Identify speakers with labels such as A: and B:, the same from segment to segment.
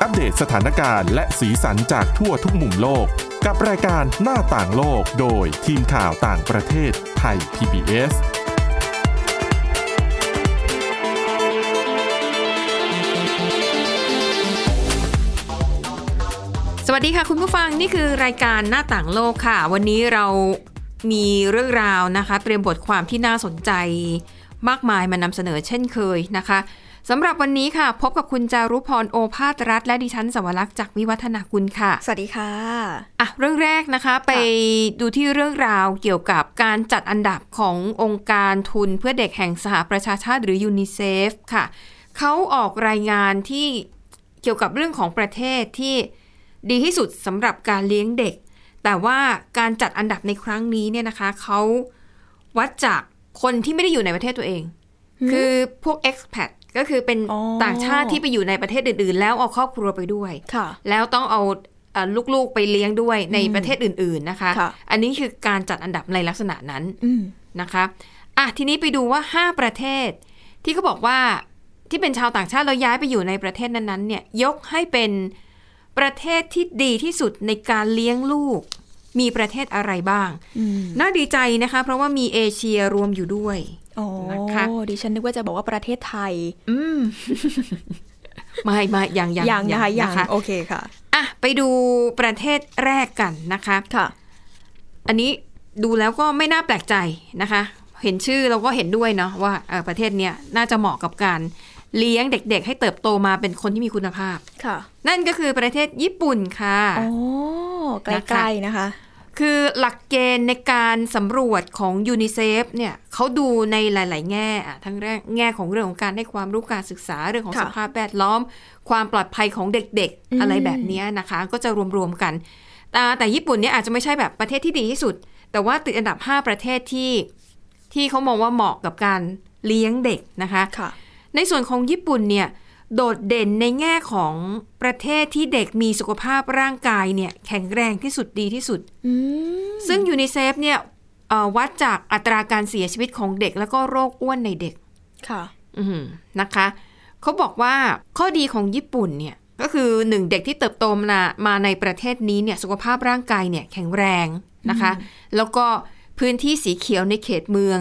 A: อัปเดตสถานการณ์และสีสันจากทั่วทุกมุมโลก กับรายการหน้าต่างโลกโดยทีมข่าวต่างประเทศไทย PBS
B: สวัสดีค่ะคุณผู้ฟังนี่คือรายการหน้าต่างโลกค่ะ วันนี้เรามีเรื่องราวนะคะ เตรียมบทความที่น่าสนใจ มากมายมานำเสนอเช่นเคยนะคะสำหรับวันนี้ค่ะ พบกับคุณจารุพรโอภาสรัฐ และดิฉันสวรักษ์จากวิวัฒนาคุณค่ะ
C: สวัสดีค่ะ
B: อ่ะเรื่องแรกนะคะไปดูที่เรื่องราวเกี่ยวกับการจัดอันดับขององค์การทุนเพื่อเด็กแห่งสหประชาชาติหรือยูนิเซฟค่ะเขาออกรายงานที่เกี่ยวกับเรื่องของประเทศที่ดีที่สุดสำหรับการเลี้ยงเด็ก แต่ว่าการจัดอันดับในครั้งนี้เนี่ยนะคะเขาวัดจากคนที่ไม่ได้อยู่ในประเทศตัวเอง คือพวก expat ก็คือเป็น
C: อ๋อ
B: ต่างชาติที่ไปอยู่ในประเทศอื่น ๆ แล้วเอาครอบครัวไปด้วย
C: ค่ะ
B: แล้วต้องเอาเอ่อลูกๆไปเลี้ยงด้วยในประเทศอื่นๆนะคะ
C: ค่ะ
B: อันนี้คือการจัดอันดับในลักษณะนั้น
C: อืม
B: นะคะอ่ะทีนี้ไปดูว่า 5 ประเทศ ที่เขาบอกว่าที่เป็นชาวต่างชาติแล้วย้ายไปอยู่ในประเทศนั้นๆเนี่ยยกให้เป็นประเทศที่ดีที่สุดในการเลี้ยงลูก มีประเทศอะไรบ้าง
C: อืม
B: น่าดีใจนะคะ เพราะว่ามีเอเชียรวมอยู่ ด้วย
C: โอ้
B: นะคะ
C: ดิฉันนึกว่าจะบอกว่าประเทศไทย
B: อืม ไม่ไม่ยังยัง
C: ยังนะคะยัง
B: นะคะ
C: โอเคค่ะ
B: อ่ะไปดูประเทศแรกกันนะคะ
C: ค่ะ
B: อันนี้ดูแล้วก็ไม่น่าแปลกใจนะคะ เห็นชื่อเราก็เห็นด้วยเนาะว่าเอ่อประเทศเนี้ยน่าจะเหมาะกับการเลี้ยงเด็กๆ ให้เติบโตมาเป็นคนที่มีคุณภาพ
C: ค่ะ
B: นั่นก็คือประเทศญี่ปุ่นค่ะ
C: โอ้ใกล้ๆนะคะ
B: คือหลักเกณฑ์ในการสำรวจของยูนิเซฟเนี่ยเขาดูในหลาย ๆ แง่อะทั้งแรกแง่ของเรื่องของการให้ความรู้การศึกษาเรื่องของ
C: ค่ะ
B: สภาพแวดล้อม ความปลอดภัยของเด็ก
C: อื
B: ๆ
C: ม
B: อะไรแบบเนี้ยนะคะ ก็จะรวม ๆ กัน แต่แต่ญี่ปุ่นเนี่ยอาจจะไม่ใช่แบบประเทศที่ดีที่สุด แต่ว่าติดอันดับ 5 ประเทศที่ ที่เขามองว่าเหมาะกับการเลี้ยงเด็กนะคะ
C: ค่ะ
B: ในส่วนของญี่ปุ่นเนี่ยโดดเด่นในแง่ของประเทศที่เด็กมีสุขภาพร่างกายเนี่ยแข็งแรงที่สุดดีที่สุด
C: อืม
B: ซึ่งยูนิเซฟเนี่ยเอ่อวัดจากอัตราการเสียชีวิตของเด็กแล้วก็โรคอ้วนในเด็ก
C: ค่ะ
B: อืมนะคะเขาบอกว่าข้อดีของญี่ปุ่นเนี่ยก็คือหนึ่งเด็กที่เติบโตมามาในประเทศนี้เนี่ยสุขภาพร่างกายเนี่ยแข็งแรงนะคะ แล้วก็พื้นที่สีเขียวในเขตเมือง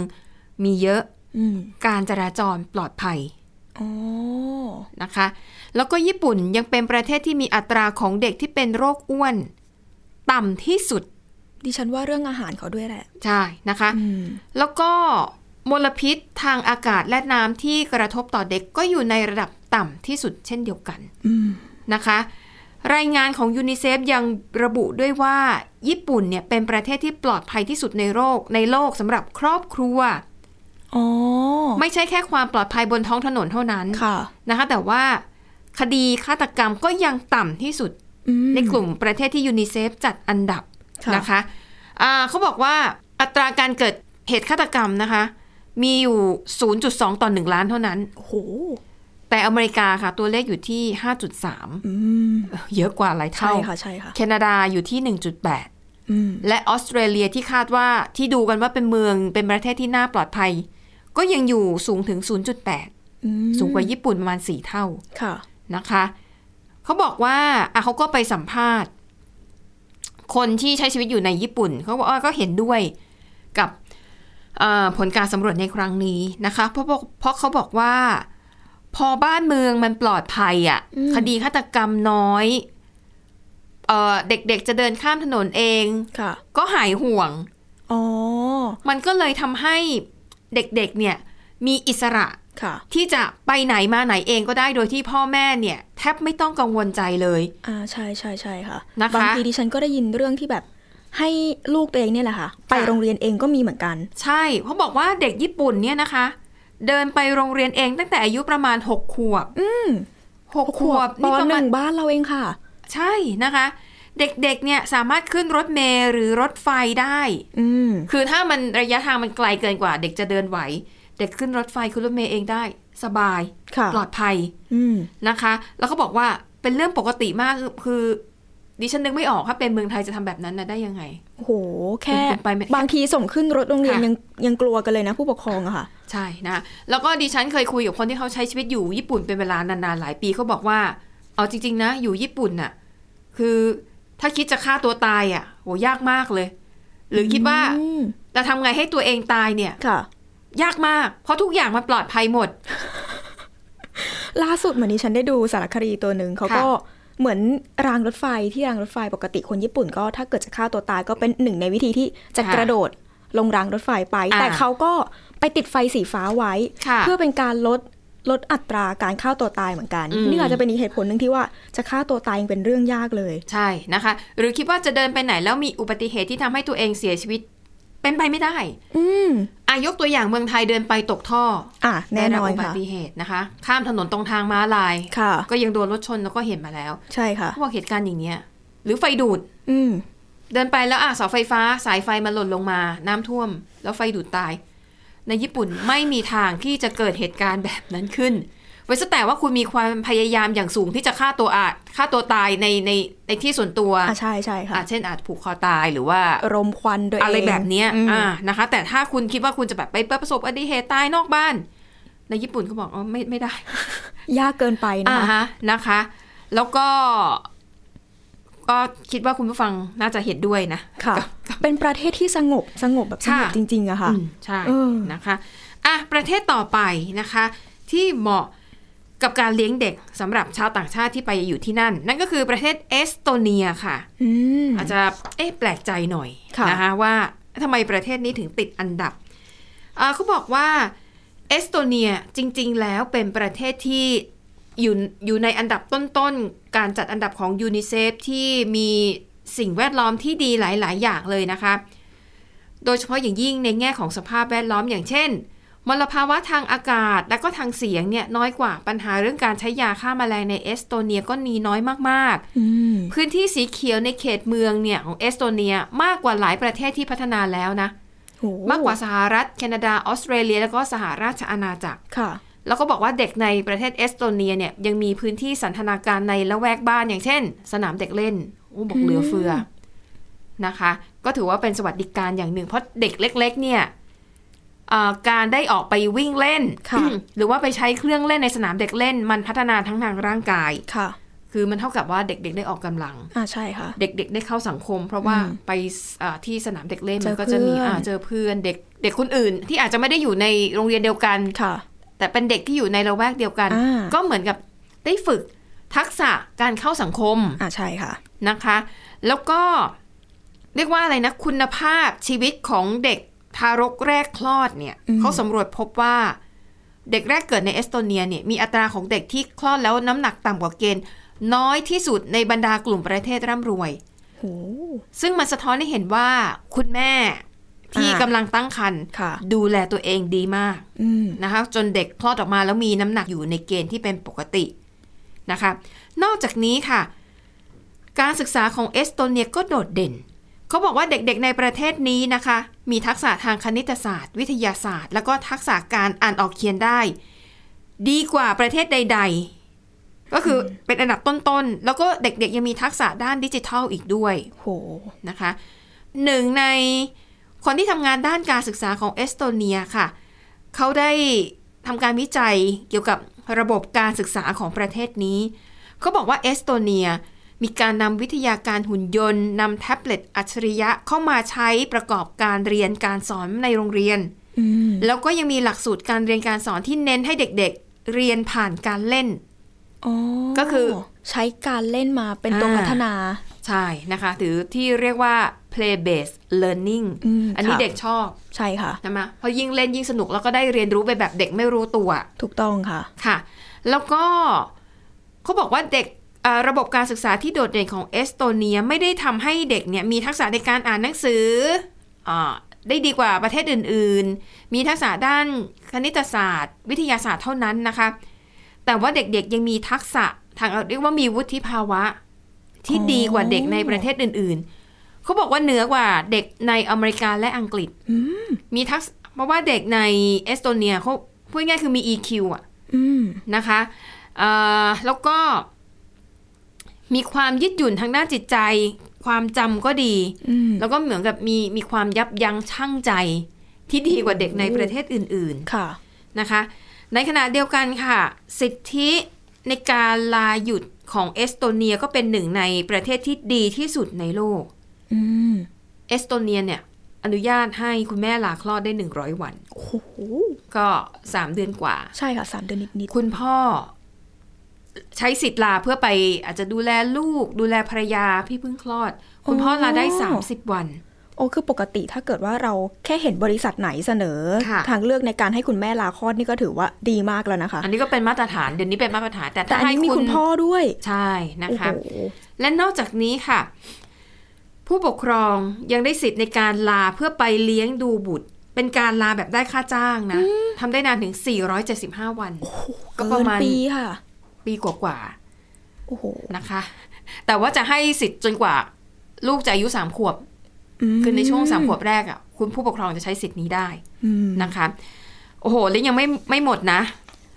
B: มีเยอะ
C: อืม
B: การจราจรปลอดภัย
C: โอ้
B: นะคะแล้วก็ญี่ปุ่นยังเป็นประเทศที่มีอัตราของเด็กที่เป็นโรคอ้วน ต่ำที่สุด
C: ดิฉันว่าเรื่องอาหารเขาด้วยแหละ
B: ใช่นะคะ
C: อืม
B: แล้วก็มลพิษทางอากาศและน้ำที่กระทบต่อเด็กก็อยู่ในระดับต่ำที่สุดเช่นเดียวกัน
C: อืม
B: นะคะ รายงานของยูนิเซฟยังระบุด้วยว่าญี่ปุ่นเนี่ยเป็นประเทศที่ปลอดภัยที่สุดในโลกในโลกสำหรับครอบครัว
C: อ๋อ
B: ไม่ใช่แค่ความปลอดภัยบนท้องถนนเท่านั้น
C: ค่ะ
B: นะคะแต่ว่าคดีฆาตกรรมก็ยังต่ำที่สุด
C: อืม
B: ในกลุ่มประเทศที่ยูนิเซฟจัดอันดับ
C: ค่ะ
B: นะคะอ่าเขาบอกว่าอัตราการเกิดเหตุฆาตกรรมนะคะ มีอยู่ 0.2 ต่อ 1 ล้านเท่านั้น
C: โอ้โห
B: แต่อเมริกาค่ะ ตัวเลขอยู่ที่ 5.3
C: อืม
B: เยอะกว่าหลาย
C: ใช่
B: เท่า
C: ค่ะ ใช่ค่ะ
B: แคนาดาอยู่ที่ 1.8
C: อืม
B: และออสเตรเลียที่คาดว่าที่ดูกันว่าเป็นเมืองเป็นประเทศที่น่าปลอดภัย ก็ยังอยู่สูงถึง 0.8
C: อืม
B: สูงกว่าญี่ปุ่นประมาณ 4 เท่า
C: ค่ะ
B: นะคะเขาบอกว่าอ่ะเขาก็ไปสัมภาษณ์ คนที่ใช้ชีวิตอยู่ในญี่ปุ่นเขาบอกว่าก็เห็นด้วยกับเอ่อผลการสำรวจในครั้งนี้นะคะเพราะบอกเพราะเขาบอกว่า พอบ้านเมืองมันปลอดภัยอะ่ะ
C: อืม
B: คดีฆาตกรรมน้อยเออเด็กๆจะเดินข้ามถนนเอง
C: ค่ะ
B: ก็หายห่วง
C: อ๋อ
B: มันก็เลยทำให้เด็กๆเนี่ยมีอิสระ
C: ค่ะ
B: ที่จะไปไหนมาไหนเองก็ได้โดยที่พ่อแม่เนี่ย แทบไม่ต้องกังวลใจเลย
C: อ่าใช่ใช่ใช่ค่ะ
B: นะคะ
C: บางทีดิฉันก็ได้ยินเรื่องที่แบบให้ลูกตัวเองเนี่ยแหละค่ะ ไป
B: ค่ะ
C: โรงเรียนเองก็มีเหมือนกัน
B: ใช่เขาบอกว่าเด็กญี่ปุ่นเนี่ยนะคะ เดินไปโรงเรียนเองตั้งแต่อายุประมาณ 6 ขวบหกขวบ
C: ป
B: นี่ประ
C: ห
B: มา
C: นึ่
B: ณ
C: งบ้านเราเองค่ะ
B: ใช่นะคะ เด็กๆเนี่ยสามารถขึ้นรถเมล์หรือรถไฟได้
C: อืม
B: คือถ้ามันระยะทางมันไกลเกินกว่า เด็กจะเดินไหว เด็กขึ้นรถไฟขึ้นรถเมล์เองได้ สบาย
C: ค่ะ
B: ปลอดภัย
C: อืม
B: นะคะ แล้วเขาบอกว่าเป็นเรื่องปกติมากคือคือดิฉันนึกไม่ออกถ้าเป็นเมืองไทยจะทำแบบนั้นนะได้ยังไง
C: โอ้โห แค่
B: เป็นไปไม่
C: บางทีส่งขึ้นรถโรงเรียน
B: ค่ะ
C: ยังยังกลัวกันเลยนะผู้ปกครองอะค่ะ
B: ใช่นะ แล้วก็ดิฉันเคยคุยกับคนที่เขาใช้ชีวิตอยู่ญี่ปุ่นเป็นเวลานานๆหลายปีเขาบอกว่า เอาจริง ๆ นะ อยู่ญี่ปุ่นน่ะ คือถ้าคิดจะฆ่าตัวตายอ่ะโหยากมากเลย หรือคิดว่า
C: อืม
B: จะทำไงให้ตัวเองตายเนี่ย
C: ค่ะ
B: ยากมาก เพราะทุกอย่างมันปลอดภัยหมด
C: ล่าสุดเหมือนนี้ฉันได้ดูสารคดีตัวหนึ่งเขาก็
B: ค่ะ
C: เหมือนรางรถไฟที่รางรถไฟปกติคนญี่ปุ่นก็ถ้าเกิดจะฆ่าตัวตายก็เป็นหนึ่งในวิธีที่จะกระโดดลงรางรถไฟไป แต่เขาก็ไปติดไฟสีฟ้าไว้
B: ค่ะ
C: เพื่อเป็นการลดลดอัตราการฆ่าตัวตายเหมือนกัน
B: อืม
C: นี่อาจจะเป็นอีกเหตุผลหนึ่งที่ว่าจะฆ่าตัวตายยังเป็นเรื่องยากเลย
B: ใช่นะคะ หรือคิดว่าจะเดินไปไหนแล้วมีอุบัติเหตุที่ทำให้ตัวเองเสียชีวิต เป็นไปไม่ได้
C: อืม
B: อายกตัวอย่างเมืองไทยเดินไปตกท่อ
C: อ่ะแน่นอน
B: ได้รับอุบั
C: ค่ะ
B: ติเหตุนะคะ ข้ามถนนตรงทางม้าลาย
C: ค่ะ
B: ก็ยังโดนรถชนแล้วก็เห็นมาแล้ว
C: ใช่ค่ะ
B: เขาบอกเหตุการณ์อย่างเนี้ย หรือไฟดูด
C: อืม
B: เดินไปแล้วอ่ะเสาไฟฟ้าสายไฟมันหล่นลงมา น้ำท่วม แล้วไฟดูดตาย ในญี่ปุ่นไม่มีทางที่จะเกิดเหตุการณ์แบบนั้นขึ้น ไว้ซะแต่ว่าคุณมีความพยายามอย่างสูงที่จะฆ่าตัวอาจฆ่าตัวตายในในในที่ส่วนตัว
C: อ่ะใช่ใช่ค่ะ
B: อาจเช่นอาจผูกคอตายหรือว่า
C: รมควันโดย
B: อะไรแบบเนี้ย
C: อืม
B: อ่านะคะ แต่ถ้าคุณคิดว่าคุณจะแบบไปประสบอุบัติเหตุตายนอกบ้าน ในญี่ปุ่นเขาบอกอ๋อไม่ไม่ได้
C: ยากเกินไปนะ
B: อ่า
C: คะ
B: ฮะนะคะ แล้วก็ ก็คิดว่าคุณผู้ฟังน่าจะเห็นด้วยนะ
C: ค่ะ เป็นประเทศที่สงบสงบแบบสงบ
B: ค่ะ
C: จริง ๆอะค่ะ
B: อืมใช่
C: เออ
B: นะคะอ่ะประเทศต่อไปนะคะ ที่เหมาะกับการเลี้ยงเด็กสำหรับชาวต่างชาติที่ไปอยู่ที่นั่น นั่นก็คือประเทศเอสโตเนียค่ะ
C: อืม
B: อาจจะเอ๊ะแปลกใจหน่อย
C: ค่ะ
B: นะคะว่าทำไมประเทศนี้ถึงติดอันดับเอ่อเขาบอกว่าเอสโตเนียจริง ๆ แล้วเป็นประเทศที่อยู่อยู่ในอันดับต้นๆ การจัดอันดับของยูนิเซฟที่มีสิ่งแวดล้อมที่ดีหลาย ๆ อย่างเลยนะคะ โดยเฉพาะอย่างยิ่งในแง่ของสภาพแวดล้อมอย่างเช่น มลภาวะทางอากาศและก็ทางเสียงเนี่ยน้อยกว่าปัญหาเรื่องการใช้ยาฆ่าแมลงในเอสโตเนียก็มีน้อยมากๆ
C: อืม
B: พื้นที่สีเขียวในเขตเมืองเนี่ยของเอสโตเนียมากกว่าหลายประเทศที่พัฒนาแล้วนะ
C: โอ้
B: มากกว่าสหรัฐ แคนาดา ออสเตรเลีย แล้วก็สหราชอาณาจักร
C: ค่ะ
B: แล้วก็บอกว่าเด็กในประเทศเอสโตเนียเนี่ยยังมีพื้นที่สันทนาการในละแวกบ้านอย่างเช่น สนามเด็กเล่นโอ้บอกเหลือเฟืออนะคะ ก็ถือว่าเป็นสวัสดิการอย่างหนึ่ง เพราะเด็กเล็ก ๆ เนี่ยเอ่อการได้ออกไปวิ่งเล่น
C: ค่ะ
B: หรือว่าไปใช้เครื่องเล่นในสนามเด็กเล่น มันพัฒนาทั้งทางร่างกาย
C: ค่ะ
B: คือมันเท่ากับว่าเด็ก ๆ ได้ออกกำลัง
C: อ่าใช่ค่ะ
B: เด็กๆ ได้เข้าสังคม เพราะว่า
C: อืม
B: ไปสอ่าที่สนามเด็กเล่น
C: เจอ
B: มันก็จะมี
C: เพื่อน
B: อ่าเจอเพื่อนเด็กเด็กคนอื่น ที่อาจจะไม่ได้อยู่ในโรงเรียนเดียวกัน
C: ค่ะ
B: แต่เป็นเด็กที่อยู่ในละแวกเดียวกัน
C: อ่า
B: ก็เหมือนกับได้ฝึกทักษะการเข้าสังคม
C: อ่าใช่ค่ะ
B: นะคะ แล้วก็เรียกว่าอะไรนะคุณภาพชีวิตของเด็กทารกแรกคลอดเนี่ย
C: อืม
B: เขาสำรวจพบว่า เด็กแรกเกิดในเอสโตเนียเนี่ยมีอัตราของเด็กที่คลอดแล้วน้ำหนักต่ำกว่าเกณฑ์น้อยที่สุดในบรรดากลุ่มประเทศร่ำรวย
C: โห
B: ซึ่งมันสะท้อนให้เห็นว่าคุณแม่ที่
C: อ่าก
B: ำลังตั้งครรภ์
C: ค่ะ
B: ดูแลตัวเองดีมาก
C: อืม
B: นะคะจนเด็กคลอดออกมาแล้วมีน้ำหนักอยู่ในเกณฑ์ที่เป็นปกตินะคะ นอกจากนี้ค่ะ การศึกษาของเอสโตเนียก็โดดเด่น เขาบอกว่าเด็กๆในประเทศนี้นะคะ มีทักษะทางคณิตศาสตร์ วิทยาศาสตร์ แล้วก็ทักษะการอ่านออกเขียนได้ ดีกว่าประเทศใด ๆ ก็คืออเป็นอันดับต้นๆแล้วก็เด็กๆ ยังมีทักษะด้านดิจิทัลอีกด้วย
C: โห
B: นะคะหนึ่งในคนที่ทำงานด้านการศึกษาของเอสโตเนียค่ะ เขาได้ทำการวิจัยเกี่ยวกับระบบการศึกษาของประเทศนี้ เขาบอกว่าเอสโตเนียมีการนำวิทยาการหุ่นยนต์นำแท็บเล็ตอัจฉริยะเข้ามาใช้ประกอบการเรียนการสอนในโรงเรียน
C: อืม
B: แล้วก็ยังมีหลักสูตรการเรียนการสอนที่เน้นให้เด็กๆ เรียนผ่านการเล่น
C: อ๋อ
B: ก็คือ
C: ใช้การเล่นมาเป็นตัว
B: อ่า
C: พัฒนา
B: ใช่นะคะ หรือที่เรียกว่า play based learning
C: อืม
B: อันนี้
C: ค่ะ
B: เด็กชอบ
C: ใช่ค่ะ
B: ใช่ไหมเพราะยิ่งเล่นยิ่งสนุกแล้วก็ได้เรียนรู้ไปแบบเด็กไม่รู้ตัว
C: ถูกต้องค่ะ
B: ค่ะ แล้วก็เขาบอกว่าเด็กเอ่อระบบการศึกษาที่โดดเด่นของเอสโตเนียไม่ได้ทำให้เด็กเนี่ยมีทักษะในการอ่านหนังสืออาได้ดีกว่าประเทศอื่นๆ มีทักษะด้านคณิตศาสตร์ วิทยาศาสตร์เท่านั้นนะคะ แต่ว่าเด็กๆยังมีทักษะทางเอ่อเรียกว่ามีวุฒิภาวะ ที่
C: อ๋อ
B: ดีกว่าเด็กในประเทศอื่นๆเขาบอกว่าเหนือกว่าเด็กในอเมริกาและอังกฤษ
C: อืม
B: มีทักษะเพราะว่าเด็กในเอสโตเนียเขาพูดง่ายๆคือมี EQ อะ
C: อืม
B: นะคะเอ่อแล้วก็มีความยืดหยุ่นทางด้านจิตใจ ความจำก็ดี
C: อืม
B: แล้วก็เหมือนกับมีมีความยับยั้งชั่งใจ ที่ดีกว่าเด็กในประเทศอื่น ๆ
C: ค่ะ
B: นะคะในขณะเดียวกันค่ะ สิทธิ ในการลาหยุดของเอสโตเนียก็เป็นหนึ่งในประเทศที่ดีที่สุดในโลก
C: อืม
B: เอสโตเนียเนี่ยอนุญาตให้คุณแม่ลาคลอดได้ 100 วัน
C: โอ้โห
B: ก็ 3 เดือนกว่า
C: ใช่ค่ะสามเดือนนิด
B: คุณพ่อ ใช้สิทธิ์ลาเพื่อไปอาจจะดูแลลูก ดูแลภรรยาพี่เพิ่งคลอด คุณพ่อลาได้ 30 วัน
C: ๆโอ้คือปกติถ้าเกิดว่าเราแค่เห็นบริษัทไหนเสนอ
B: ค่ะ
C: ทางเลือกในการให้คุณแม่ลาคลอดนี่ก็ถือว่าดีมากแล้วนะคะ
B: อันนี้ก็เป็นมาตรฐานเดี๋ยวนี้เป็นมาตรฐาน แต่
C: แต่
B: ถ้า
C: อัน
B: ให้
C: นี้มีคุณพ่อด้วย
B: ใช่นะ
C: โอ้โห
B: คะ และนอกจากนี้ค่ะ ผู้ปกครองยังได้สิทธิ์ในการลาเพื่อไปเลี้ยงดูบุตร เป็นการลาแบบได้ค่าจ้างนะทำได้นานถึง 475 วัน ก็ป
C: เกิ
B: ระ
C: น
B: มาณ
C: ปีค่ะ
B: ปีกว่า
C: โอ้โห
B: ๆนะคะ แต่ว่าจะให้สิทธิ์จนกว่า ลูกจะอายุ 3 ขวบ
C: ม
B: คือในช่วง 3 ขวบแรกอ่ะคุณผู้ปกครองจะใช้สิทธิ์นี้ได้
C: อืม
B: นะคะ โอ้โห และยังไม่ไม่หมดนะ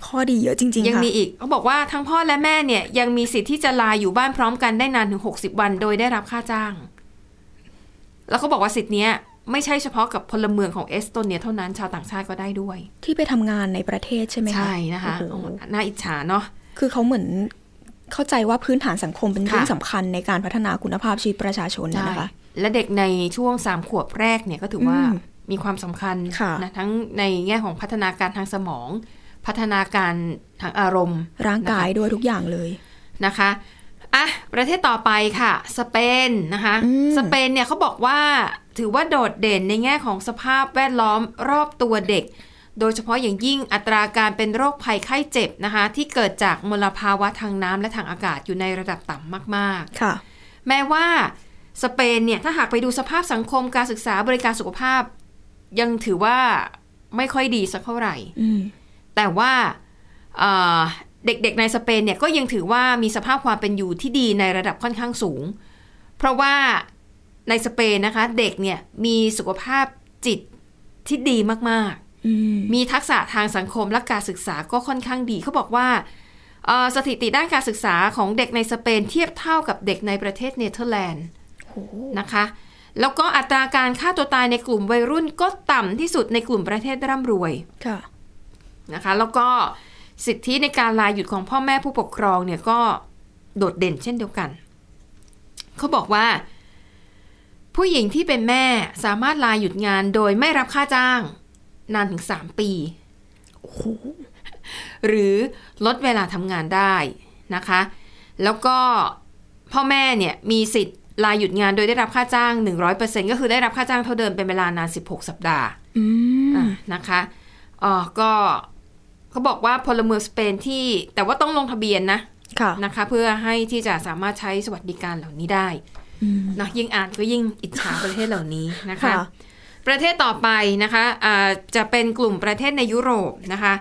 C: ข้อดีเยอะจริงๆ
B: ยัง
C: ค่ะ
B: มีอีกเขาบอกว่าทั้งพ่อและแม่เนี่ยยังมีสิทธิ์ที่จะลาอยู่บ้านพร้อมกันได้นานถึง 60 วันโดยได้รับค่าจ้าง แล้วเขาบอกว่าสิทธิ์เนี้ยไม่ใช่เฉพาะกับพลเมืองของเอสโตเนียเท่านั้นชาวต่างชาติก็ได้ด้วย
C: ที่ไปทำงานในประเทศใช่ไหมคะ
B: ใช่นะคะ
C: โอ้โห
B: โอ้โหน่าอิจฉาเนาะ
C: คือเขาเหมือนเข้าใจว่าพื้นฐานสังคมเป็น
B: ค่ะ
C: เรื่องสำคัญในการพัฒนาคุณภาพชีวิตประชาชนนะ
B: ใช่
C: นะคะ
B: และเด็กในช่วง 3 ขวบแรกเนี่ยก็ถือว่า
C: อืม
B: มีความสำคัญ
C: ค่ะ
B: นะทั้งในแง่ของพัฒนาการทางสมอง พัฒนาการทางอารมณ์
C: ร่างกายด้วยทุกอย่างเลย
B: นะคะอ่ะประเทศต่อไปค่ะ สเปนนะคะ
C: อืม
B: สเปนเนี่ยเขาบอกว่าถือว่าโดดเด่นในแง่ของสภาพแวดล้อมรอบตัวเด็ก โดยเฉพาะอย่างยิ่งอัตราการเป็นโรคภัยไข้เจ็บนะคะ ที่เกิดจากมลภาวะทางน้ำและทางอากาศอยู่ในระดับต่ำมากๆ
C: ค่ะ
B: แม้ว่าสเปนเนี่ยถ้าหากไปดูสภาพสังคมการศึกษาบริการสุขภาพ ยังถือว่าไม่ค่อยดีสักเท่าไหร่
C: อืม
B: แต่ว่าเอ่อเด็กๆในสเปนเนี่ยก็ยังถือว่ามีสภาพความเป็นอยู่ที่ดีในระดับค่อนข้างสูง เพราะว่าในสเปนนะคะเด็กเนี่ยมีสุขภาพจิตที่ดีมากๆ
C: อืม
B: มีทักษะทางสังคมและการศึกษาก็ค่อนข้างดี เขาบอกว่าเอ่อสถิติด้านการศึกษาของเด็กในสเปนเทียบเท่ากับเด็กในประเทศเนเธอร์แลนด์
C: โห
B: นะคะ แล้วก็อัตราการฆ่าตัวตายในกลุ่มวัยรุ่นก็ต่ำที่สุดในกลุ่มประเทศร่ำรวย
C: ค่ะ
B: นะคะ แล้วก็สิทธิในการลาหยุดของพ่อแม่ผู้ปกครองเนี่ยก็โดดเด่นเช่นเดียวกัน เขาบอกว่า ผู้หญิงที่เป็นแม่สามารถลาหยุดงานโดยไม่รับค่าจ้าง นานถึง 3 ปี
C: โอ้โห
B: หรือลดเวลาทำงานได้นะคะ แล้วก็พ่อแม่เนี่ยมีสิทธิ์ลาหยุดงานโดยได้รับค่าจ้าง 100%ก็คือได้รับค่าจ้างเท่าเดิมเป็นเวลานาน 16 สัปดาห์
C: อืม
B: อ่ะนะคะเอ่อก็เขาบอกว่าพลเมืองสเปนที่แต่ว่าต้องลงทะเบียนนะ
C: ค่ะ
B: นะคะ เพื่อให้ที่จะสามารถใช้สวัสดิการเหล่านี้ได้
C: อืม
B: เนอะยิ่งอ่านก็ยิ่งอิจฉาประเทศเหล่านี้นะคะ
C: ค่ะ
B: ประเทศต่อไปนะคะอ่าจะเป็นกลุ่มประเทศในยุโรปนะคะ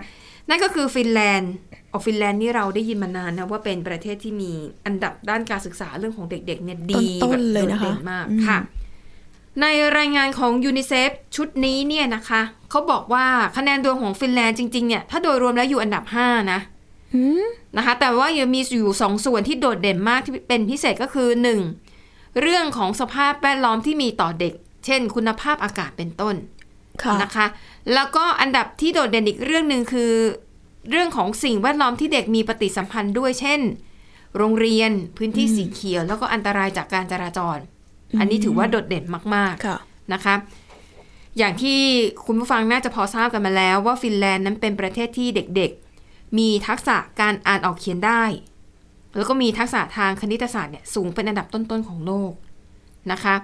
B: นั่นก็คือฟินแลนด์โอฟินแลนด์นี่เราได้ยินมานานนะว่าเป็นประเทศที่มีอันดับด้านการศึกษาเรื่องของเด็กๆเนี่ยดี
C: ต้
B: แบบ
C: นๆเลยนะคะ
B: โดดด่มาก
C: อืม
B: ค่ะ ในรายงานของยูนิเซฟชุดนี้เนี่ยนะคะเขาบอกว่าคะแนนรวมของฟินแลนด์จริงๆเนี่ยถ้าโดยรวมแล้วอยู่อันดับ 5 นะ
C: อืม
B: นะคะ แต่ว่ายังมีอยู่ 2 ส่วนที่โดดเด่นมากที่เป็นพิเศษก็คือ 1. เรื่องของสภาพแวดล้อมที่มีต่อเด็ก เช่น คุณภาพอากาศเป็นต้น
C: ค่ะ
B: นะคะ แล้วก็อันดับที่โดดเด่นอีกเรื่องหนึ่งคือ เรื่องของสิ่งแวดล้อมที่เด็กมีปฏิสัมพันธ์ด้วย เช่น โรงเรียนพื้นที่สีเขียว แล้วก็อันตรายจากการจราจร อันนี้ถือว่าโดดเด่นมาก
C: ค่ะ
B: ๆนะคะ อย่างที่คุณผู้ฟังน่าจะพอทราบกันมาแล้วว่าฟินแลนด์นั้นเป็นประเทศที่เด็กๆ มีทักษะการอ่านออกเขียนได้ แล้วก็มีทักษะทางคณิตศาสตร์เนี่ยสูงเป็นอันดับต้นๆของโลกนะคะ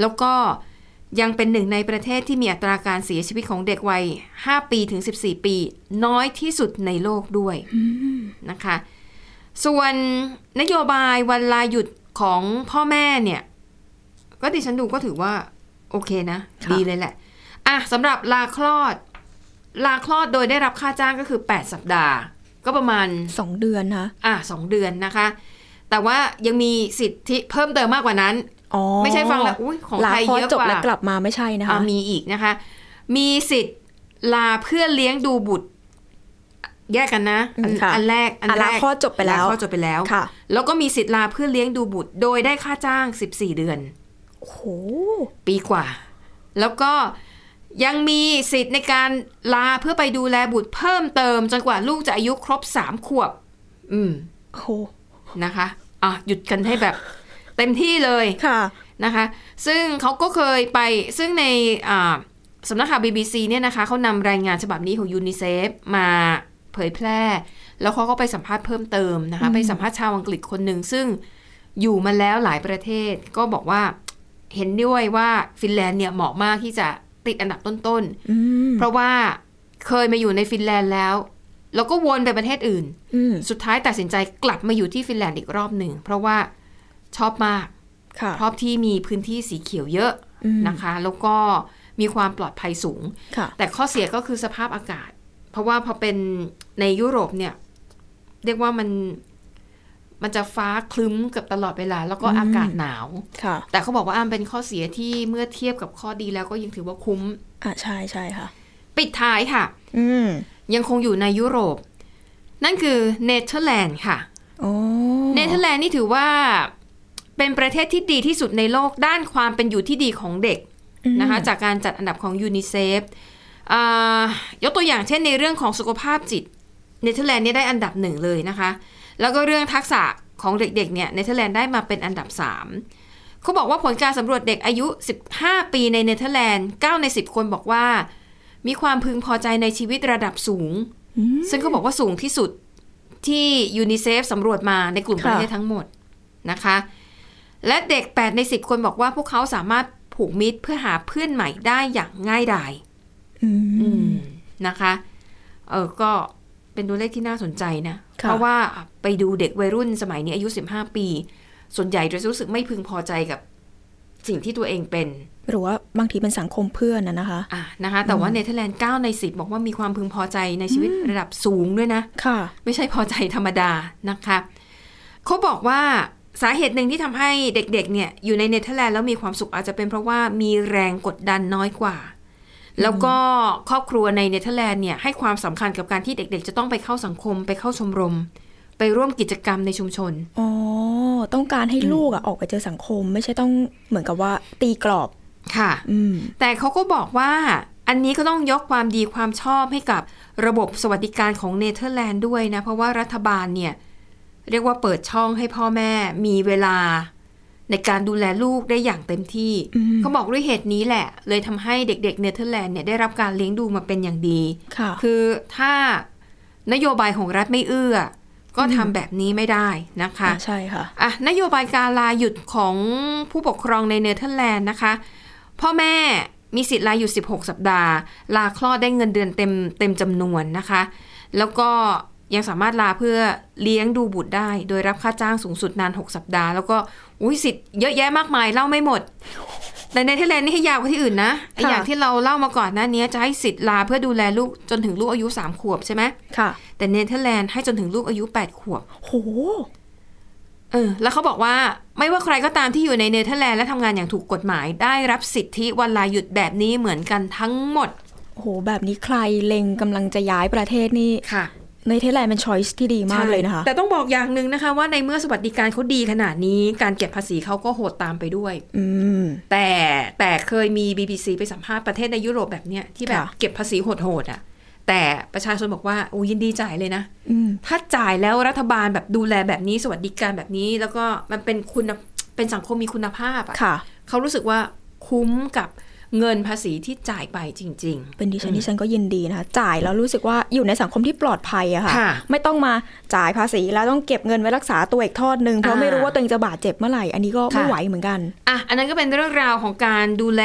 B: แล้วก็ยังเป็นหนึ่งในประเทศที่มีอัตราการเสียชีวิตของเด็กวัย 5 ปีถึง 14 ปี น้อยที่สุดในโลกด้วยนะคะ ส่วนนโยบายวันลาหยุดของพ่อแม่เนี่ย ก็ดิฉันดูก็ถือว่า โอเคนะ
C: ค่ะ
B: ดีเลยแหละ อ่ะสำหรับลาคลอด ลาคลอดโดยได้รับค่าจ้างก็คือ 8 สัปดาห์ ก็ประมาณ
C: สองเดือนนะ
B: อ่ะสองเดือนนะคะ แต่ว่ายังมีสิทธิเพิ่มเติมมากกว่านั้น
C: อ๋อ
B: ไม่ใช่ฟังแล้วอุ้ยของไทย
C: ลาคล
B: เยอะ
C: ดจ
B: ก
C: บ
B: ว่า
C: แล้วกลับมาไม่ใช่นะคะ
B: อ่ะมีอีกนะคะ มีสิทธิ์ลาเพื่อเลี้ยงดูบุตร แยกกันนะ
C: อื
B: อั
C: มค่ะ
B: อันแรกอัน
C: อ่ะ
B: แร
C: ลาก คลอดจบไปแล้ว
B: าข้อจบไปแล้ว
C: ค่ะ
B: แล้วก็มีสิทธิ์ลาเพื่อเลี้ยงดูบุตร โดยได้ค่าจ้าง 14 เดือน
C: โอ้โห
B: ปีกว่า แล้วก็ยังมีสิทธิ์ในการลาเพื่อไปดูแลบุตรเพิ่มเติม จนกว่าลูกจะอายุครบ 3 ขวบ อืม
C: โอ้โห
B: นะคะ อ่ะ หยุดกันให้แบบ เต็มที่เลย
C: ค่ะ
B: นะคะ ซึ่งเขาก็เคยไป ซึ่งในอ่าสำนักข่าว BBC เนี่ยนะคะ เขานำรายงานฉบับนี้ของยูนิเซฟมาเผยแพร่ แล้วเขาก็ไปสัมภาษณ์เพิ่มเติมนะคะ ไปสัมภาษณ์ชาวอังกฤษคนหนึ่ง ซึ่งอยู่มาแล้วหลายประเทศ ก็บอกว่าเห็นด้วยว่าฟินแลนด์เนี่ยเหมาะมากที่จะติดอันดับต้นๆ
C: อืม
B: เพราะว่าเคยมาอยู่ในฟินแลนด์แล้ว แล้วก็วนไปประเทศอื่น
C: อืม
B: สุดท้ายตัดสินใจกลับมาอยู่ที่ฟินแลนด์อีกรอบหนึ่ง เพราะว่าชอบมาก
C: ค่ะ
B: ชอบที่มีพื้นที่สีเขียวเยอะ
C: อืม
B: นะคะ แล้วก็มีความปลอดภัยสูง
C: ค่ะ
B: แต่ข้อเสียก็คือสภาพอากาศ เพราะว่าพอเป็นในยุโรปเนี่ย เรียกว่ามันมันจะฟ้าคลึ้มเกับตลอดเวลา แล้วก็อากาศหนาว
C: ค่ะ
B: แต่เขาบอกว่าอันเป็นข้อเสียที่เมื่อเทียบกับข้อดีแล้วก็ยังถือว่าคุ้ม
C: อ่ะใช่ใช่ค่ะ
B: ปิดท้ายค่ะ
C: อืม
B: ยังคงอยู่ในยุโรป นั่นคือเนเธอร์แลนด์ค่ะ
C: โอ้
B: เนเธอร์แลนด์นี่ถือว่าเป็นประเทศที่ดีที่สุดในโลกด้านความเป็นอยู่ที่ดีของเด็กนะคะ จากการจัดอันดับของยูนิเซฟยกตัวอย่างเช่นในเรื่องของสุขภาพจิต เนเธอร์แลนด์เนี่ยได้อันดับหนึ่งเลยนะคะ แล้วก็เรื่องทักษะของเด็กๆเนี่ยเนเธอร์แลนด์ได้มาเป็นอันดับสามเขาบอกว่าผลการสำรวจเด็กอายุ 15 ปีในเนเธอร์แลนด์ 9 ใน 10 คนบอกว่า มีความพึงพอใจในชีวิตระดับสูง ซึ่งเขาบอกว่าสูงที่สุดที่ยูนิเซฟสำรวจมาในกลุ่มประเทศทั้งหมดนะคะ และเด็ก 8 ใน 10 คนบอกว่าพวกเขาสามารถผูกมิตรเพื่อหาเพื่อนใหม่ได้อย่างง่ายดาย
C: อืม
B: นะคะเออก็เป็นตัวเลขที่น่าสนใจนะ
C: ค่ะ
B: เพราะว่าไปดูเด็กวัยรุ่นสมัยนี้อายุ 15 ปี ส่วนใหญ่จะรู้สึกไม่พึงพอใจกับสิ่งที่ตัวเองเป็น
C: หรือว่าบางทีเป็นสังคมเพื่อนนะนะคะ
B: อ่ะนะคะ แต่ว่าเนเธอร์แลนด์ 9 ใน 10 บอกว่ามีความพึงพอใจในชีวิตระดับสูงด้วยนะ
C: ค่ะ
B: ไม่ใช่พอใจธรรมดานะคะ เขาบอกว่าสาเหตุหนึ่งที่ทำให้เด็กๆ เนี่ยอยู่ในเนเธอร์แลนด์แล้วมีความสุขอาจจะเป็นเพราะว่ามีแรงกดดันน้อยกว่า แล้วก็ครอบครัวในเนเธอร์แลนด์เนี่ยให้ความสำคัญกับการที่เด็กๆ จะต้องไปเข้าสังคม ไปเข้าชมรม ไปร่วมกิจกรรมในชุมชน
C: อ๋อ ต้องการให้ลูกอะออกไปเจอสังคม ไม่ใช่ต้องเหมือนกับว่าตีกรอบ
B: ค่ะ
C: อืม
B: แต่เขาก็บอกว่าอันนี้ก็ต้องยกความดีความชอบให้กับระบบสวัสดิการของเนเธอร์แลนด์ด้วยนะ เพราะว่ารัฐบาลเนี่ย เรียกว่าเปิดช่องให้พ่อแม่มีเวลา ในการดูแลลูกได้อย่างเต็มที่
C: อืม
B: เขาบอกด้วยเหตุนี้แหละ เลยทำให้เด็กๆเนเธอร์แลนด์เนี่ยได้รับการเลี้ยงดูมาเป็นอย่างดี
C: ค่ะ
B: คือถ้านโยบายของรัฐไม่เอื้อ ก็ทำแบบนี้ไม่ได้นะคะ
C: อ่ะใช่ค่ะ
B: อ่ะนโยบายการลาหยุดของผู้ปกครองในเนเธอร์แลนด์นะคะ พ่อแม่มีสิทธิ์ลาหยุด 16 สัปดาห์ ลาคลอดได้เงินเดือนเต็มเต็มจำนวนนะคะ แล้วก็ยังสามารถลาเพื่อเลี้ยงดูบุตรได้ โดยรับค่าจ้างสูงสุดนาน 6 สัปดาห์ แล้วก็อุ้ยสิทธิ์เยอะแยะมากมายเล่าไม่หมด แต่ในเนเธอร์แลนด์นี่ให้ยาวกว่าที่อื่นนะไอ้
C: ค่ะ
B: อย่างที่เราเล่ามาก่อนหน้านี้จะให้สิทธิ์ลาเพื่อดูแลลูกจนถึงลูกอายุ 3 ขวบใช่ไหม
C: ค่ะ
B: แต่เนเธอร์แลนด์ให้จนถึงลูกอายุ 8 ขวบ
C: โห
B: เออแล้วเขาบอกว่าไม่ว่าใครก็ตามที่อยู่ในเนเธอร์แลนด์และทำงานอย่างถูกกฎหมาย ได้รับสิทธิวันลาหยุดแบบนี้เหมือนกันทั้งหมด
C: โห แบบนี้ใครเล็งกำลังจะย้ายประเทศนี่
B: ค่ะ
C: ในเทอร์แลนด์เป็นช้อยส์ที่ดีมากเลยนะคะ
B: แต่ต้องบอกอย่างหนึ่งนะคะ ว่าในเมื่อสวัสดิการเขาดีขนาดนี้ การเก็บภาษีเขาก็โหดตามไปด้วย
C: อืม
B: แต่แต่เคยมี BBC ไปสัมภาษณ์ประเทศในยุโรปแบบเนี้ยที่แบบ
C: ค่ะ
B: เก็บภาษีโหดๆอ่ะ แต่ประชาชนบอกว่าอูยินดีจ่ายเลยนะ
C: อืม
B: ถ้าจ่ายแล้วรัฐบาลแบบดูแลแบบนี้สวัสดิการแบบนี้ แล้วก็มันเป็นคุณเป็นสังคมมีคุณภาพอ่ะ
C: ค่ะ
B: เขารู้สึกว่าคุ้มกับเงินภาษีที่จ่ายไปจริง
C: เป็นดิฉันดิฉันก็ยินดีนะคะ จ่ายแล้วรู้สึกว่าอยู่ในสังคมที่ปลอดภัยอะค่ะ
B: ค่ะ
C: ไม่ต้องมาจ่ายภาษีแล้วต้องเก็บเงินไว้รักษาตัวอีกทอดหนึ่งเพราะไม่รู้ว่าตัวเองจะบาดเจ็บเมื่อไหร่ อันนี้ก็ไม่ไหวเหมือนกัน
B: ๆ อ่ะ อันนั้นก็เป็นเรื่องราวของการดูแล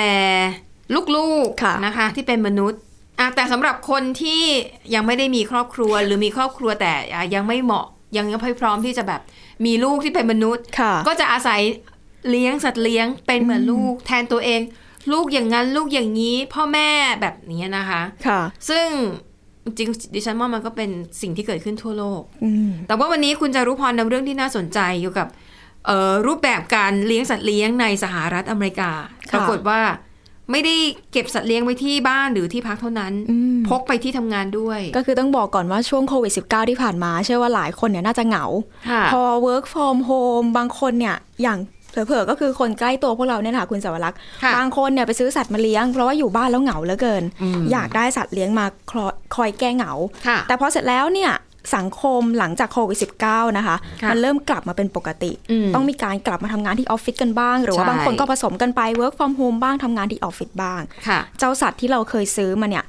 B: ลูก
C: ค่ะ
B: ๆนะคะ ที่เป็นมนุษย์อ่ะแต่สำหรับคนที่ยังไม่ได้มีครอบครัวหรือมีครอบครัวแต่อ่ะยังไม่เหมาะยังยังไม่พร้อมที่จะแบบมีลูกที่เป็นมนุษย์
C: ค่ะ
B: ก็จะอาศัยเลี้ยงสัตว์เลี้ยงเป็นเหมือนลูก แทนตัวเอง ลูกอย่างนั้นลูกอย่างนี้ พ่อแม่แบบนี้นะคะ
C: ค่ะ
B: ซึ่งจริงๆดิฉันว่ามันก็เป็นสิ่งที่เกิดขึ้นทั่วโลก
C: อืม
B: แต่ว่าวันนี้คุณจะรู้พรนำเรื่องที่น่าสนใจเกี่ยวกับเอ่อรูปแบบการเลี้ยงสัตว์เลี้ยงในสหรัฐอเมริกา
C: ค่ะ
B: ปรากฏว่าไม่ได้เก็บสัตว์เลี้ยงไว้ที่บ้านหรือที่พักเท่านั้น
C: อืม
B: พกไปที่ทำงานด้วย
C: ก็คือต้องบอกก่อนว่าช่วงโควิด -19 ที่ผ่านมา เชื่อว่าหลายคนเนี่ยน่าจะเหงา
B: ค่ะ
C: พอ work from home บางคนเนี่ยอย่างเผลอๆก็คือคนใกล้ตัวพวกเราเนี่ยแหละค่ะคุณสาวรักษ์
B: ค่ะ
C: บางคนเนี่ยไปซื้อสัตว์มาเลี้ยงเพราะว่าอยู่บ้านแล้วเหงาเหลือเกิน
B: อืม
C: อยากได้สัตว์เลี้ยงมาคลอคอยแก้เหงา
B: ค่ะ
C: แต่พอเสร็จแล้วเนี่ย สังคมหลังจากโควิด19นะคะ
B: ค่ะ
C: มันเริ่มกลับมาเป็นปกติ
B: อืม
C: ต้องมีการกลับมาทำงานที่ออฟฟิศกันบ้าง หรือว่า
B: ใช่
C: บางคนก็ผสมกันไป work from home บ้างทำงานที่ออฟฟิศบ้าง
B: ค่ะ
C: เจ้าสัตว์ที่เราเคยซื้อมาเนี่ย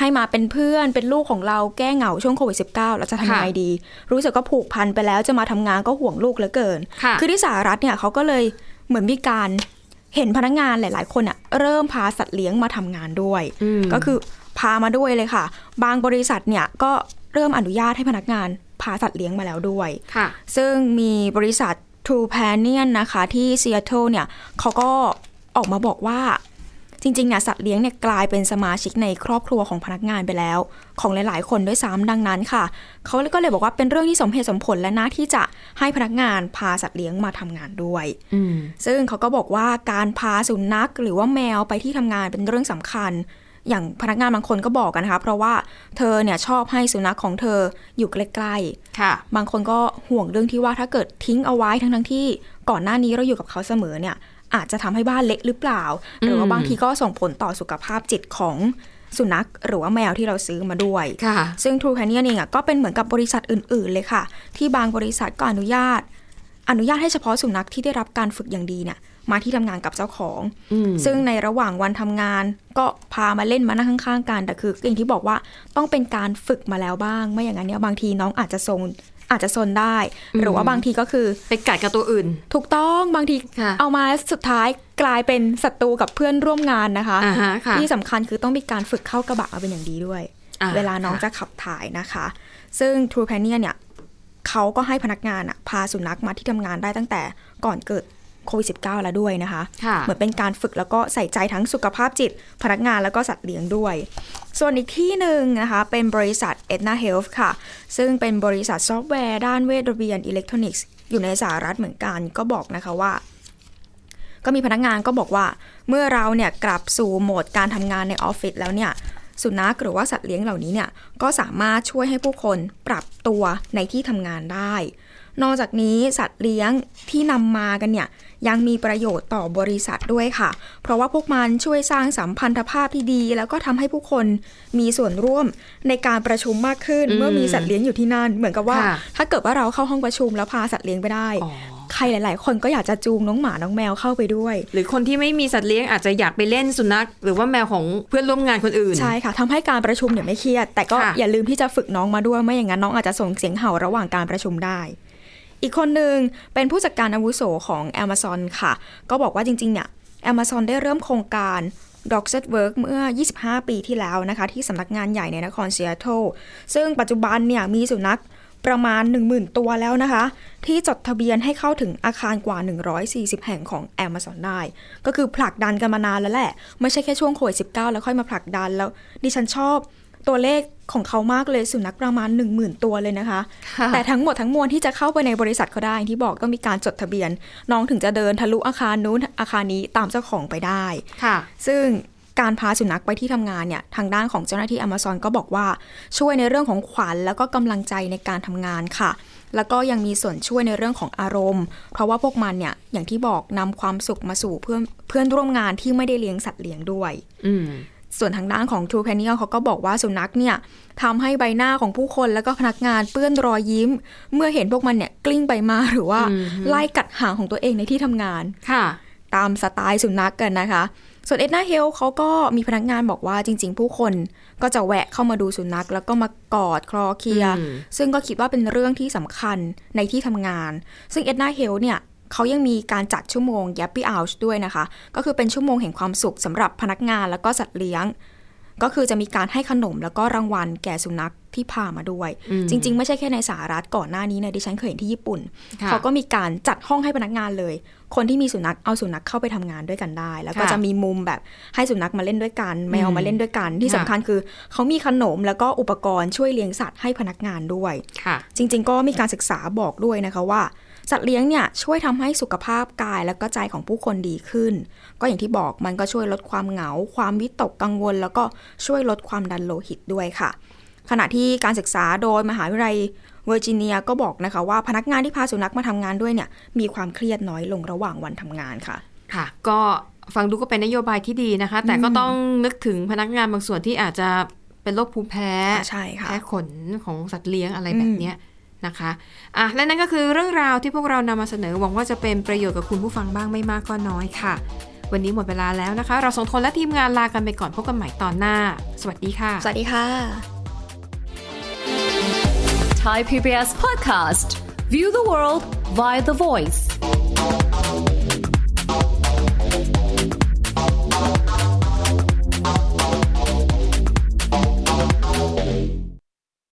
C: ให้มาเป็นเพื่อนเป็นลูกของเราแก้เหงาช่วงโควิด -19 เราจะทำยังไง
B: ค่ะ
C: ดี รู้สึกก็ผูกพันไปแล้วจะมาทำงานก็ห่วงลูกเหลือเกิน
B: ค่ะ
C: อที่สหรัฐเนี่ยเขาก็เลยเหมือนมีการเห็นพนักงานหลายๆ คนอะเริ่มพาสัตว์เลี้ยงมาทำงานด้วย
B: อืม
C: ก็คือพามาด้วยเลยค่ะ บางบริษัทเนี่ยก็เริ่มอนุญาตให้พนักงานพาสัตว์เลี้ยงมาแล้วด้วย
B: ค่ะ
C: ซึ่งมีบริษัท True p a n i o n นะคะที่ซีแอตเทิลเนี่ยเขาก็ออกมาบอกว่าจริงๆเนี่ยสัตว์เลี้ยงเนี่ยกลายเป็นสมาชิกในครอบครัวของพนักงานไปแล้ว ของหลายๆ คนด้วยซ้ำดังนั้นค่ะ เขาก็เลยบอกว่าเป็นเรื่องที่สมเหตุสมผลและน่าที่จะให้พนักงานพาสัตว์เลี้ยงมาทำงานด้วย
B: อืม
C: ซึ่งเขาก็บอกว่าการพาสุนัขหรือว่าแมวไปที่ทำงานเป็นเรื่องสำคัญ อย่างพนักงานบางคนก็บอกกันนะคะเพราะว่าเธอเนี่ยชอบให้สุนัขของเธออยู่ใกล้ๆ
B: ค่ะ
C: บางคนก็ห่วงเรื่องที่ว่าถ้าเกิดทิ้งเอาไว้ทั้งทั้งๆที่ก่อนหน้านี้เราอยู่กับเขาเสมอเนี่ย อาจจะทำให้บ้านเละหรือเปล่า หรือว่า
B: อืม
C: บางทีก็ส่งผลต่อสุขภาพจิตของสุนัข หรือว่าแมวที่เราซื้อมาด้วย
B: ค่ะ
C: ซึ่ง True c a n y o n เองอะก็เป็นเหมือนกับบริษัทอื่น ๆ เลยค่ะ ที่บางบริษัทก็อนุญาต อนุญาตให้เฉพาะสุนัขที่ได้รับการฝึกอย่างดีเนี่ยมาที่ทำงานกับเจ้าของ
B: อืม
C: ซึ่งในระหว่างวันทำงานก็พามาเล่นมานั่งข้างๆกันแต่คืออย่างที่บอกว่าต้องเป็นการฝึกมาแล้วบ้าง ไม่อย่างนั้นเนี่ยบางทีน้องอาจจะโซนอาจจะโซนได้ หรือว่าบางทีก็คือ
B: ไปกัดกับตัวอื่น
C: ถูกต้องบางที
B: ค่ะ
C: เอามาสุดท้ายกลายเป็นศัตรูกับเพื่อนร่วมงานนะคะ
B: อ่าฮะค่ะ
C: ที่สำคัญคือต้องมีการฝึกเข้ากระบะมาเป็นอย่างดีด้วย
B: อ่า
C: เวลาน้อง
B: ค่ะ
C: จะขับถ่ายนะคะ ซึ่ง True p a n i o n เนี่ยเขาก็ให้พนักงานอะพาสุนัขมาที่ทำงานได้ตั้งแต่ก่อนเกิดโควิด -19 แล้วด้วยนะคะ
B: ค่ะ
C: เหมือนเป็นการฝึกแล้วก็ใส่ใจทั้งสุขภาพจิต พนักงานแล้วก็สัตว์เลี้ยงด้วย ส่วนอีกที่หนึ่งนะคะ เป็นบริษัท Etna Health ค่ะ ซึ่งเป็นบริษัทซอฟต์แวร์ด้านเวชระเบียนอิเล็กทรอนิกส์อยู่ในสหรัฐเหมือนกันก็บอกนะคะว่า ก็มีพนักงานก็บอกว่า เมื่อเราเนี่ยกลับสู่โหมดการทำงานในออฟฟิศแล้วเนี่ย สุนัขหรือว่าสัตว์เลี้ยงเหล่านี้เนี่ยก็สามารถช่วยให้ผู้คนปรับตัวในที่ทำงานได้ นอกจากนี้สัตว์เลี้ยงที่นำมากันเนี่ยยังมีประโยชน์ต่อบริษัทด้วยค่ะ เพราะว่าพวกมันช่วยสร้างสัมพันธภาพที่ดี แล้วก็ทำให้ผู้คนมีส่วนร่วมในการประชุมมากขึ้น
B: อืม
C: เมื่อมีสัตว์เลี้ยงอยู่ที่นั่น เหมือนกับว่า
B: ค่ะ
C: ถ้าเกิดว่าเราเข้าห้องประชุมแล้วพาสัตว์เลี้ยงไปได้
B: อ๋อ
C: ใครหลาย ๆ คนก็อยากจะจูงน้องหมาน้องแมวเข้าไปด้วย
B: หรือคนที่ไม่มีสัตว์เลี้ยงอาจจะอยากไปเล่นสุนัข หรือว่าแมวของเพื่อนร่วมงานคนอื่น
C: ใช่ค่ะทำให้การประชุมเนี่ยไม่เครียด แต่ก็
B: ค่ะ
C: อย่าลืมที่จะฝึกน้องมาด้วยไม่อย่างนั้นน้องอาจจะส่งเสียงเห่าระหว่างการประชุมได้ อีกคนหนึ่งเป็นผู้จัดการอาวุโสของ Amazon ค่ะ ก็บอกว่าจริง ๆ เนี่ย Amazon ได้เริ่มโครงการ d o g s e t Work เมื่อ 25 ปีที่แล้วนะคะ ที่สำนักงานใหญ่ในนครซีแอตเทิลซึ่งปัจจุบันเนี่ยมีสุนัขประมาณ 10,000 ตัวแล้วนะคะ ที่จดทะเบียนให้เข้าถึงอาคารกว่า 140 แห่งของ Amazon ได้ ก็คือผลักดันกันมานานแล้วแหละ ไม่ใช่แค่ช่วงโควิด19 แล้วค่อยมาผลักดันแล้ว ดิฉันชอบตัวเลขของเขามากเลยสุนัขประมาณ 10,000 ตัวเลยนะคะ
B: ค่ะ
C: แต่ทั้งหมดทั้งมวลที่จะเข้าไปในบริษัทเขาได้อย่างที่บอกต้องมีการจดทะเบียน น้องถึงจะเดินทะลุอาคารนู้นอาคารนี้ตามเจ้าของไปได้
B: ค่ะ
C: ซึ่งการพาสุนัขไปที่ทำงานเนี่ยทางด้านของเจ้าหน้าที่ Amazon ก็บอกว่าช่วยในเรื่องของขวัญแล้วก็กำลังใจในการทำงานค่ะ แล้วก็ยังมีส่วนช่วยในเรื่องของอารมณ์ เพราะว่าพวกมันเนี่ยอย่างที่บอกนำความสุขมาสู่เพื่อนเพื่อนร่วมงานที่ไม่ได้เลี้ยงสัตว์เลี้ยงด้วย
B: อืม
C: ส่วนทางด้านของ True p a n i o n เขาก็บอกว่าสุนัขเนี่ยทำให้ใบหน้าของผู้คนแล้วก็พนักงานเปื้อนรอยยิ้ม เมื่อเห็นพวกมันเนี่ยกลิ้งไปมาหรือว่า
B: อือฮึ
C: ไล่กัดหางของตัวเองในที่ทำงาน
B: ค่ะ
C: ตามสไตล์สุนัขกกันนะคะ ส่วนเอ็ดนาเฮลเขาก็มีพนักงานบอกว่าจริง ๆ ผู้คนก็จะแวะเข้ามาดูสุนัข แล้วก็มากอดคลอเคลียร์
B: อืม
C: ซึ่งก็คิดว่าเป็นเรื่องที่สำคัญในที่ทำงาน ซึ่งเอ็ดนาเฮลเนี่ยเขายังมีการจัดชั่วโมง y a p p y Hours ด้วยนะคะ ก็คือเป็นชั่วโมงแห่งความสุขสำหรับพนักงานแล้วก็สัตว์เลี้ยง ก็คือจะมีการให้ขนมแล้วก็รางวัลแก่สุนัขที่พามาด้วย จริง ๆ ไม่ใช่แค่ในสหรัฐก่อนหน้านี้เนี่ยดิฉันเคยเห็นที่ญี่ปุ่น
B: ค่ะ
C: เขาก็มีการจัดห้องให้พนักงานเลย คนที่มีสุนัขเอาสุนัขเข้าไปทำงานด้วยกันได้ แล้วก็
B: ค่ะ
C: จะมีมุมแบบให้สุนัขมาเล่นด้วยกัน แมว
B: อืม
C: มาเล่นด้วยกัน ที่
B: ค่ะ
C: สำคัญคือ เขามีขนมแล้วก็อุปกรณ์ช่วยเลี้ยงสัตว์ให้พนักงานด้วย
B: ค่ะ
C: จริง ๆ ก็มีการศึกษาบอกด้วยนะคะว่า สัตว์เลี้ยงเนี่ยช่วยทำให้สุขภาพกายและก็ใจของผู้คนดีขึ้น ก็อย่างที่บอกมันก็ช่วยลดความเหงา ความวิตกกังวล แล้วก็ช่วยลดความดันโลหิตด้วยค่ะ ขณะที่การศึกษาโดยมหาวิทยาลัยเวอร์จิเนียก็บอกนะคะว่าพนักงานที่พาสุนัขมาทำงานด้วยเนี่ยมีความเครียดน้อยลงระหว่างวันทำงานค่ะ
B: ค่ะ ก็ฟังดูก็เป็นนโยบายที่ดีนะคะ แต่ก็ต้องนึกถึงพนักงานบางส่วนที่อาจจะ เป็นโรคภูมิแพ้
C: อ่าใช่ค่ะ
B: แพ้ขนของสัตว์เลี้ยงอะไรแบบเนี้ยนะคะอ่ะและนั่นก็คือเรื่องราวที่พวกเรานำมาเสนอหวังว่าจะเป็นประโยชน์กับคุณผู้ฟังบ้างไม่มากก็น้อยค่ะ วันนี้หมดเวลาแล้วนะคะ เราสองคนและทีมงานลากันไปก่อนพบกันใหม่ตอนหน้า สวัสดีค่ะ
C: สวัสดีค่ะ
D: Thai PBS podcast. View the world via the voice.